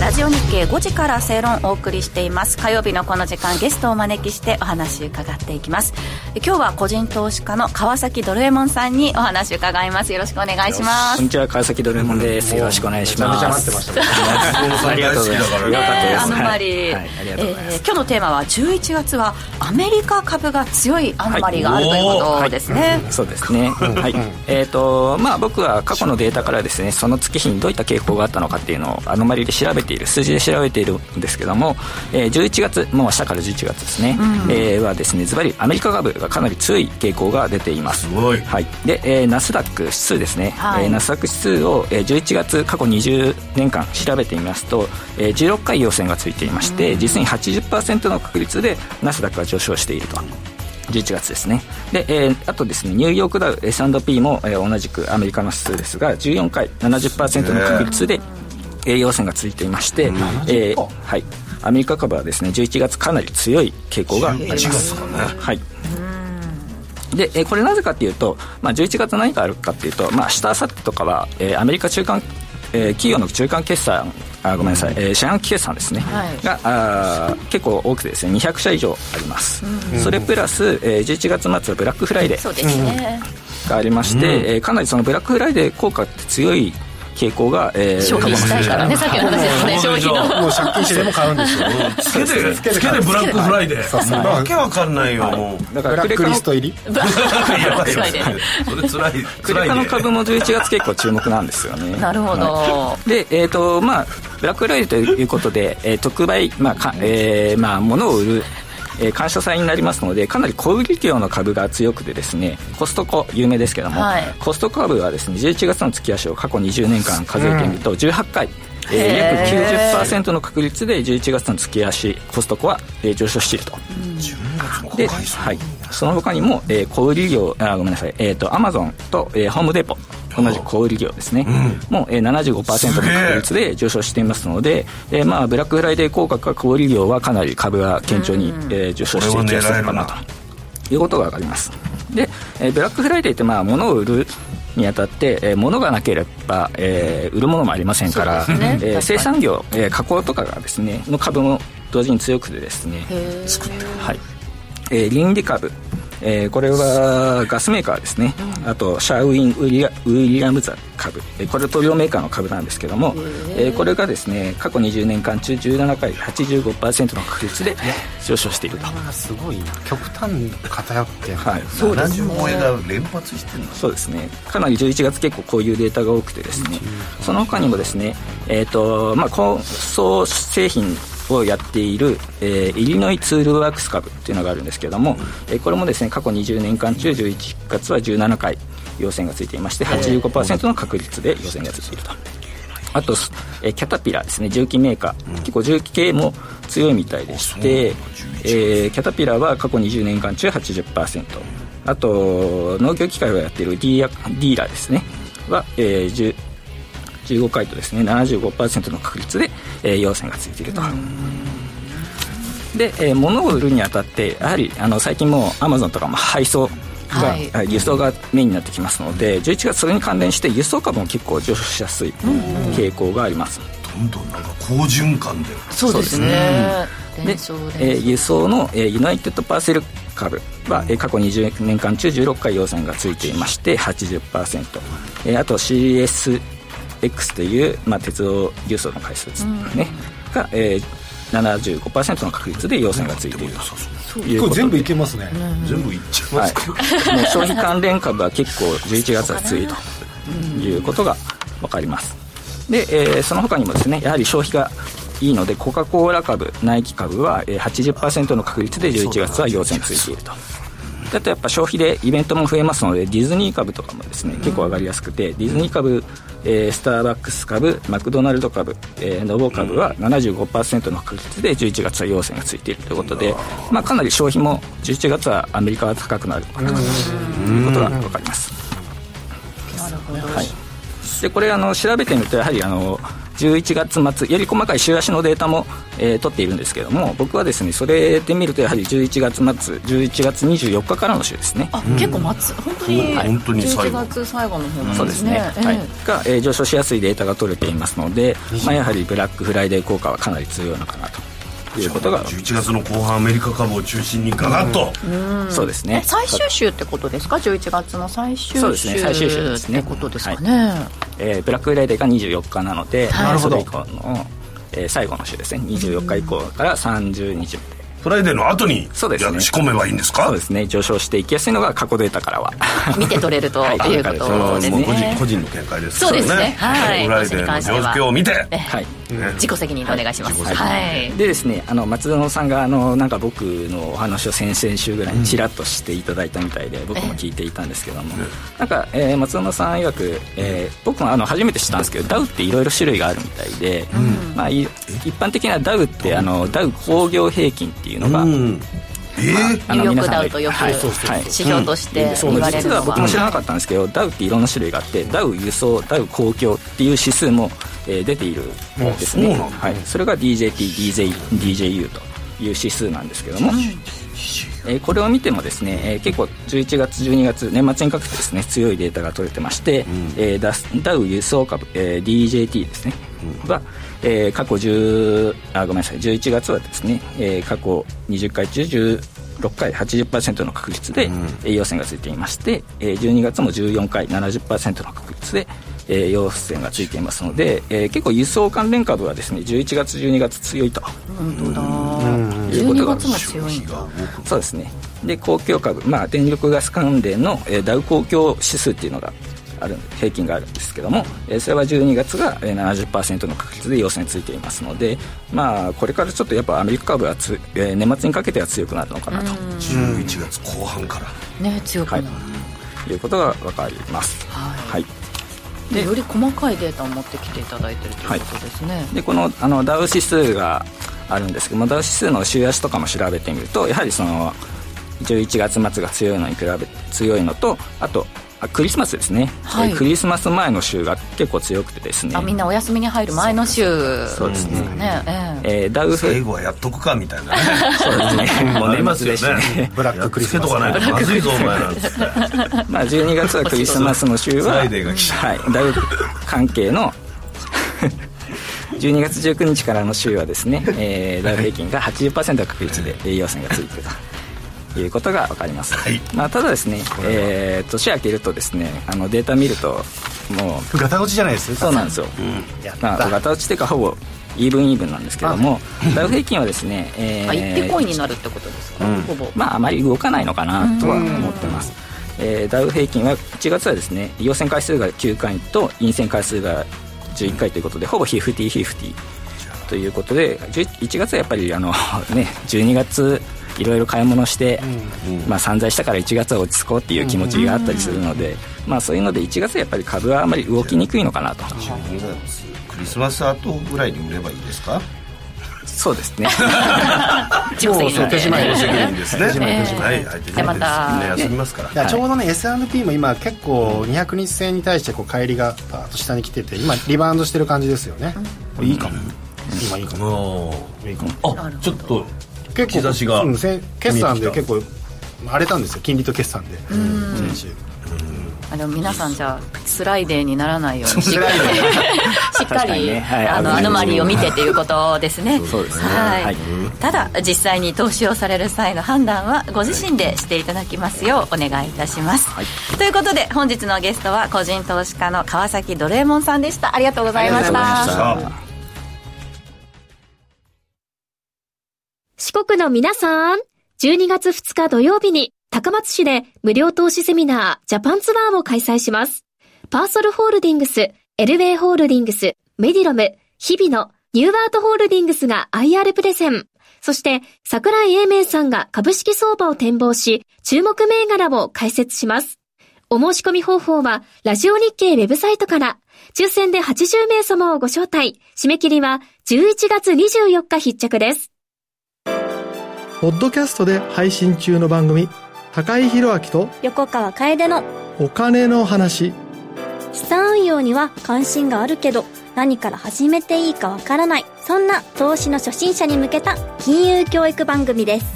ラジオ日経5時から正論をお送りしています火曜日のこの時間ゲストをお招きしてお話伺っていきます今日は個人投資家の川崎ドルエモンさんにお話伺いますよろしくお願いしまこんすにちは川崎ドルエモンです。よろしくお願いします。めちゃめちゃ待ってましたね ありがとうございます。ねよかったえでーすあのマリー、はえい、ありがとうございまーす。今日のテーマは11月はアメリカ株が強いアンマリーがあるということですね、そうですね、はいえーとまあ、僕は過去のデータからですねその月日にどういった傾向があったのかっていうのをアノマリで調べている数字で調べているんですけども、えー11月もう明日から11月ですね、えーはですねズバリアメリカ株がかなり強い傾向が出ていますすごいはい、で、えーナスダック指数ですね、はいえーナスダック指数を、えー11月過去20年間調べてみますと、えー16回陽線がついていまして、実に80%の確率でナスダックが上昇していると。11月ですねで、えーあとですねニューヨークダウ S&P も、えー同じくアメリカの指数ですが14回70%の確率でえー陽線がついていまして、えーはい、アメリカ株はですね11月かなり強い傾向がありますはいで、えーこれなぜかっていうと、まあ、11月何があるかっていうと、まあ、明日明後日とかは、えーアメリカ中間、えー企業の中間決算あごめんなさい、えー四半期決算ですね、はいがあー結構多くてですね200社以上あります、それプラス、えー11月末はブラックフライデーそうですね、がありまして、えーかなりそのブラックフライデー効果って強い傾向が、えー、消費したいからねさっきの話ですね消費のもう借金してでも買うんですよつけてつけてブラックフライデーわけわかんないよもうだかブらラクッレクカリのスト入りやばい辛いねそれつらいクつレカらのい株も11月結構注目なんですよねなるほど、で、えーとまあ、ブラックフライデーということで、えー特売、まあかえーまあ、物を売る、えー感謝祭になりますのでかなり小売業の株が強くてですねコストコ有名ですけども、はいコストコ株はですね11月の月足を過去20年間数えてみると18回。えー約90%の確率で11月の月足コストコは、えー上昇していると、で、はい、その他にも、えー小売業あごめんなさい、えー、とアマゾンと、えーホームデポ同じく小売業ですね、もう、えー、75%の確率で上昇していますので、えーまあ、ブラックフライデー効果か小売業はかなり株が堅調に、えー上昇している気がするかなこれは狙ということが分かりますで、えーブラックフライデーって、まあ、物を売るにあたって、えー物がなければ、えー売るものもありませんから、そうですねえー確かに生産業、えー加工とかがですねの株も同時に強くてですね、はいえー倫理株、えーこれはガスメーカーですね、あとシャーウィン・ウィリアウィリアムザ株、えーこれ塗料メーカーの株なんですけども、えーこれがですね過去20年間中17回85%の確率で上昇していると。すごいな極端に偏ってはい、 70超えが連発してんのそうですねかなり11月結構こういうデータが多くてですねその他にもですねえっ、とまあ高層製品をやっている、えーイリノイツールワークス株っていうのがあるんですけども、えーこれもですね過去20年間中11月は17回陽線がついていまして85%の確率で陽線がついていると。あと、えーキャタピラーですね重機メーカー、結構重機系も強いみたいでして、えーキャタピラーは過去20年間中80%あと農業機械をやっているディーラディーラーですねは、えー10 15回とですね75%の確率で、えー陽線がついているとで、えー物を売るにあたってやはりあの最近もうアマゾンとかも配送が、はいあ輸送がメインになってきますので11月それに関連して輸送株も結構上昇しやすい傾向があります、どんどんなんか好循環でそうですね連勝え連ー輸送の、えーユナイテッドパーセル株は、えー過去20年間中16回要線がついていまして80%、えーあと CSX という、まあ、鉄道輸送の回数ですね、が、えー75%の確率で要線がついているというこれことで全部いけますね、全部いっちゃいまはいすか、、もう消費関連株は結構11月は強いということが分かりますで、えーその他にもですねやはり消費がいいのでコカ・コーラ株ナイキ株はえー80%の確率で11月は要線ついているとであとやっぱ消費でイベントも増えますのでディズニー株とかもですね結構上がりやすくて、ディズニー株、えースターバックス株マクドナルド株、えーノボ株は75%の確率で11月は要線がついているということで、まあ、かなり消費も11月はアメリカは高くなるということが分かります。はいでこれあの調べてみるとやはりあの11月末より細かい週足のデータも、えー取っているんですけども僕はですねそれで見るとやはり11月末11月24日からの週ですねあ結構待つ本当にはい本当に最11後月最後の方なそんうでですすね、ねはいええ、が、えー上昇しやすいデータが取れていますので、まあ、やはりブラックフライデー効果はかなり強いのかなということが、 11月の後半アメリカ株を中心にガラッと、そうですえね最終週ってことですか11月の最終週そうですね最終週ですねってことですかねえーブラックフライデーが24日なので、はいなるほどそれ以降の、えー最後の週ですね24日以降から30日までフライデーの後にそうですねいや仕込めばいいんですかそうですね上昇していきやすいのが過去データからは見て取れるとはいいうこそれはともですう個人,、ね個人の見解ですそうですねはいフライデーの状況を見てえ はい自己責任でお願いしますはいはいでですねあの松園さんがあのなんか僕のお話を先々週ぐらいにちらっとしていただいたみたいで、僕も聞いていたんですけども、なんか、えー松園さん曰く、えー僕もあの初めて知ったんですけどダウっていろいろ種類があるみたいで、まあ、い一般的なダウってあのダウ工業平均っていうのが、うんえーあニューヨのー皆クさんダがウとよくはいはい指標としてそう言われる実はのは僕も知らなかったんですけど、ダウっていろんな種類があってダウ輸送ダウ公共っていう指数も、えー出ているんですねあそうなんだはい、それが DJTDJU という指数なんですけども、えーこれを見てもですね、えー結構11月12月年末にかけてですね強いデータが取れてまして、えーダスダウ輸送株、えー DJT ですね、は、えー過去10あごめんなさい11月はですね、えー過去20回中16回80%の確率で、えー陽線がついていまして、えー12月も14回70%の確率で、えー陽線がついていますので、えー結構輸送関連株はですね11月12月強いと本当だいうこと12が月も強いんだ そうですねで公共株、まあ、電力ガス関連の、えーダウ公共指数っていうのがある平均があるんですけども、えーそれは12月がえー70%の確率で陽線ついていますので、まあ、これからちょっとやっぱアメリカ株はつ、えー年末にかけては強くなるのかなと11月後半からね強くなるいうことが分かります、はいでより細かいデータを持ってきていただいてるということですねでこのあのダウ指数があるんですけどもダウ指数の週足とかも調べてみるとやはりその11月末が強いのに比べ強いのとあとあクリスマスですね、はいえークリスマス前の週が結構強くてですねあみんなお休みに入る前の週そうですね、ねえええーダウ最平後はやっとくかみたいなね そうですね もうありま年す末よですしねねブラッククリスマスやっつけとかないとまずいぞお前なんつってまあ12月はクリスマスの週フは、はラい、イダデーが来ちウ関係の12月19日からの週はですね、えー、ダウ平均が80%の確率で栄養線がついてるということが分かります、はいまあ、ただですね、えー、年明けるとですねあのデータ見るともうガタ落ちじゃないですそうなんですよ、やったまあ、ガタ落ちてかほぼイーブンイーブンなんですけどもダウ平均はですね、えーあ一定コインになるってことですか、ほぼまあ、あまり動かないのかなとは思ってます、えーダウ平均は1月はですね陽線回数が9回と陰線回数が11回ということで、ほぼヒフティヒフティということで11 1月はやっぱりあの、 ね、12月いろいろ買い物して、まあ、散財したから1月は落ち着こうっていう気持ちがあったりするので、まあ、そういうので1月はやっぱり株はあまり動きにくいのかなと12月クリスマス後ぐらいに売ればいいですかそうで すね一応そう手締まいですねいいですねはいはいじゃあまたみんな休みますからいやちょうどね、S&P も今結構200日線に対してこう乖離がバーッと下に来てて今リバウンドしてる感じですよね、これいいかも、今いいかもああちょっと結構兆しがうん先決算で見えて結き構荒れたんですよ金利と決算でうん先週あでも皆さんじゃあスライデーにならないようにしっかりしっか確かにりねはいあの危アないノマリーを見てっていうことですねそうですねははいいただ実際に投資をされる際の判断はご自身でしていただきますようお願いいたします、ということで本日のゲストは個人投資家の川崎ドレーモンさんでしたありがとうござい ました四国の皆さん、12月2日土曜日に高松市で無料投資セミナージャパンツアーを開催します。パーソルホールディングス、エルウェイホールディングス、メディロム、日々のニューバートホールディングスが IR プレゼン。そして、桜井英明さんが株式相場を展望し、注目銘柄を解説します。お申し込み方法は、ラジオ日経ウェブサイトから、抽選で80名様をご招待。締め切りは11月24日必着です。ポッドキャストで配信中の番組、高井宏明と横川楓のお金の話、資産運用には関心があるけど何から始めていいかわからないそんな投資の初心者に向けた金融教育番組です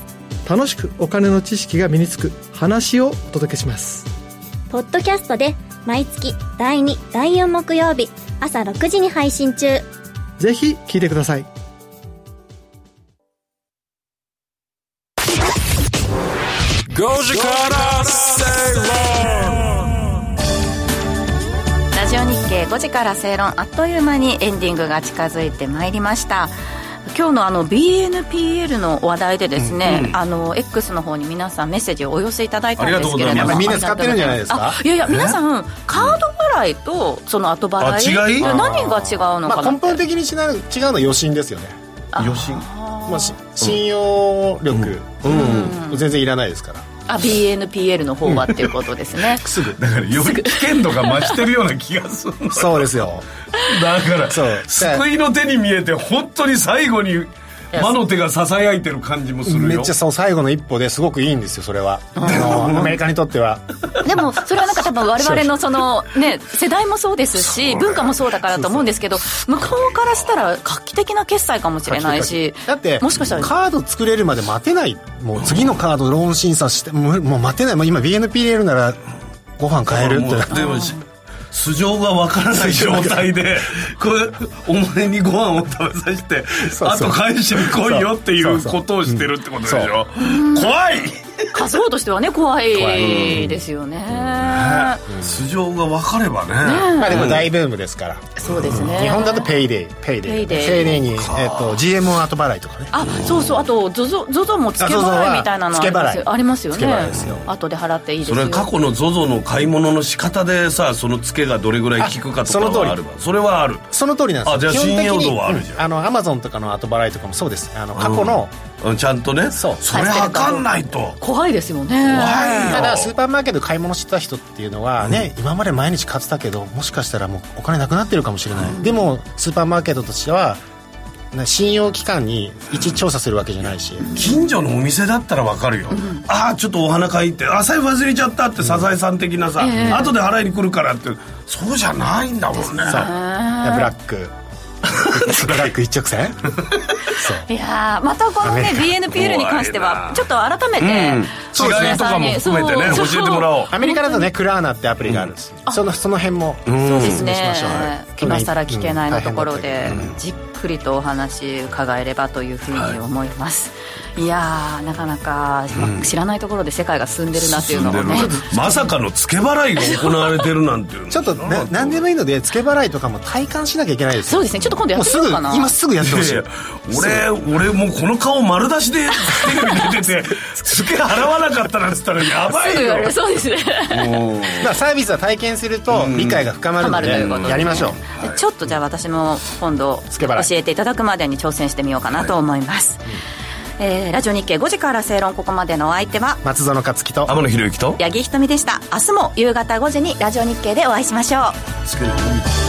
楽しくお金の知識が身につく話をお届けします。ポッドキャストで毎月第2第4木曜日朝6時に配信中ぜひ聞いてください。 5時から正論ラジオ日経5時から正論あっという間にエンディングが近づいてまいりました今日のあの BNPL の話題でですね、うんうんあの X の方に皆さんメッセージをお寄せいただいたんですけれありがとうございまどもすみんな使ってるんじゃないですかあいやいやえ皆さんカード払いとその後払いあ違い何が違うのまかな、あ根本的に違う違うのは余震ですよね余震まあし信用力うん全然いらないですからあ BNPL の方はっていうことですねすぐだからより危険度が増してるような気がするそうですよだから救いの手に見えて本当に最後に魔の手がささやいてる感じもするよめっちゃそう最後の一歩ですごくいいんですよそれはあ のアメリカにとってはでもそれはなんか多分我々のそのね世代もそうですし文化もそうだからと思うんですけど向こうからしたら画期的な決済かもしれないしだってもしかしたらカード作れるまで待てないもう次のカードローン審査してもうもう待てないもう今 BNPL ならご飯買えるってなってでもし素性がわからない状態でこれお前にご飯を食べさせてうそうあと返しに来いよっていそううそうそうことをしてるってことでしょうん怖い活動としてはね怖怖いいですよね素性が分かればねまあでも大ブームですからそうですね日本だとペイデイペイデイペイデイに、えっと GMO 後払いとかねあそうそうあと ZOZO ZOZO も付けあ ZOZO 払いはみたいなのありますよ付け払いあ付け払いりますよねですよ後で払っていいですそよれは過去の ZOZO の買い物の仕方でさそのツケがどれぐらい効くかとかあその通りはあるわそれはあるその通りなんですあじゃあ基本信的に用度はあるじうんあのアマゾンとかの後払いとかもそうですあの過去の、ゃん、うんちゃんとねそうそれはかんないと怖いですよねただスーパーマーケットで買い物してた人っていうのはね、今まで毎日買ってたけどもしかしたらもうお金なくなってるかもしれない、でもスーパーマーケットとしてはね信用機関に一調査するわけじゃないし、近所のお店だったらわかるよ、ああちょっとお花買いってあ財布忘れちゃったってサザエさん的なさ、ええ後で払いに来るからってそうじゃないんだもんねそうブラック ブラック一直線いやーまたこのねアメリカ BNPL に関してはちょっと改めてそうですね皆さんにそうそうアメリカだとねクラーナってアプリがあるんです、そのその辺もそうで説す明しまねしょう、今更聞けないのところでじっくりとお話伺えればというふうに思います、い、やーなかなか、まあうん知らないところで世界が進んでるなっていう進のんでをるねまさかの付け払いが行われてるなんていうのちょっとね何でもいいので付け払いとかも体感しなきゃいけないですそうですねちょっと今度やってみようかなもうすぐ今すぐやってほしいいやや俺俺もうこの顔丸出しでテレビ出てて付け払わなかったなんつったらやばい よそうですねもうだからサービスは体験すると理解が深まるの深までるということでやりましょうちょっとじゃあ私も今度け払い教えていただくまでに挑戦してみようかなと思います、えーラジオ日経5時から正論ここまでのお相手は松園克樹と天野博之と八木ひとみでした明日も夕方5時にラジオ日経でお会いしましょう付け払い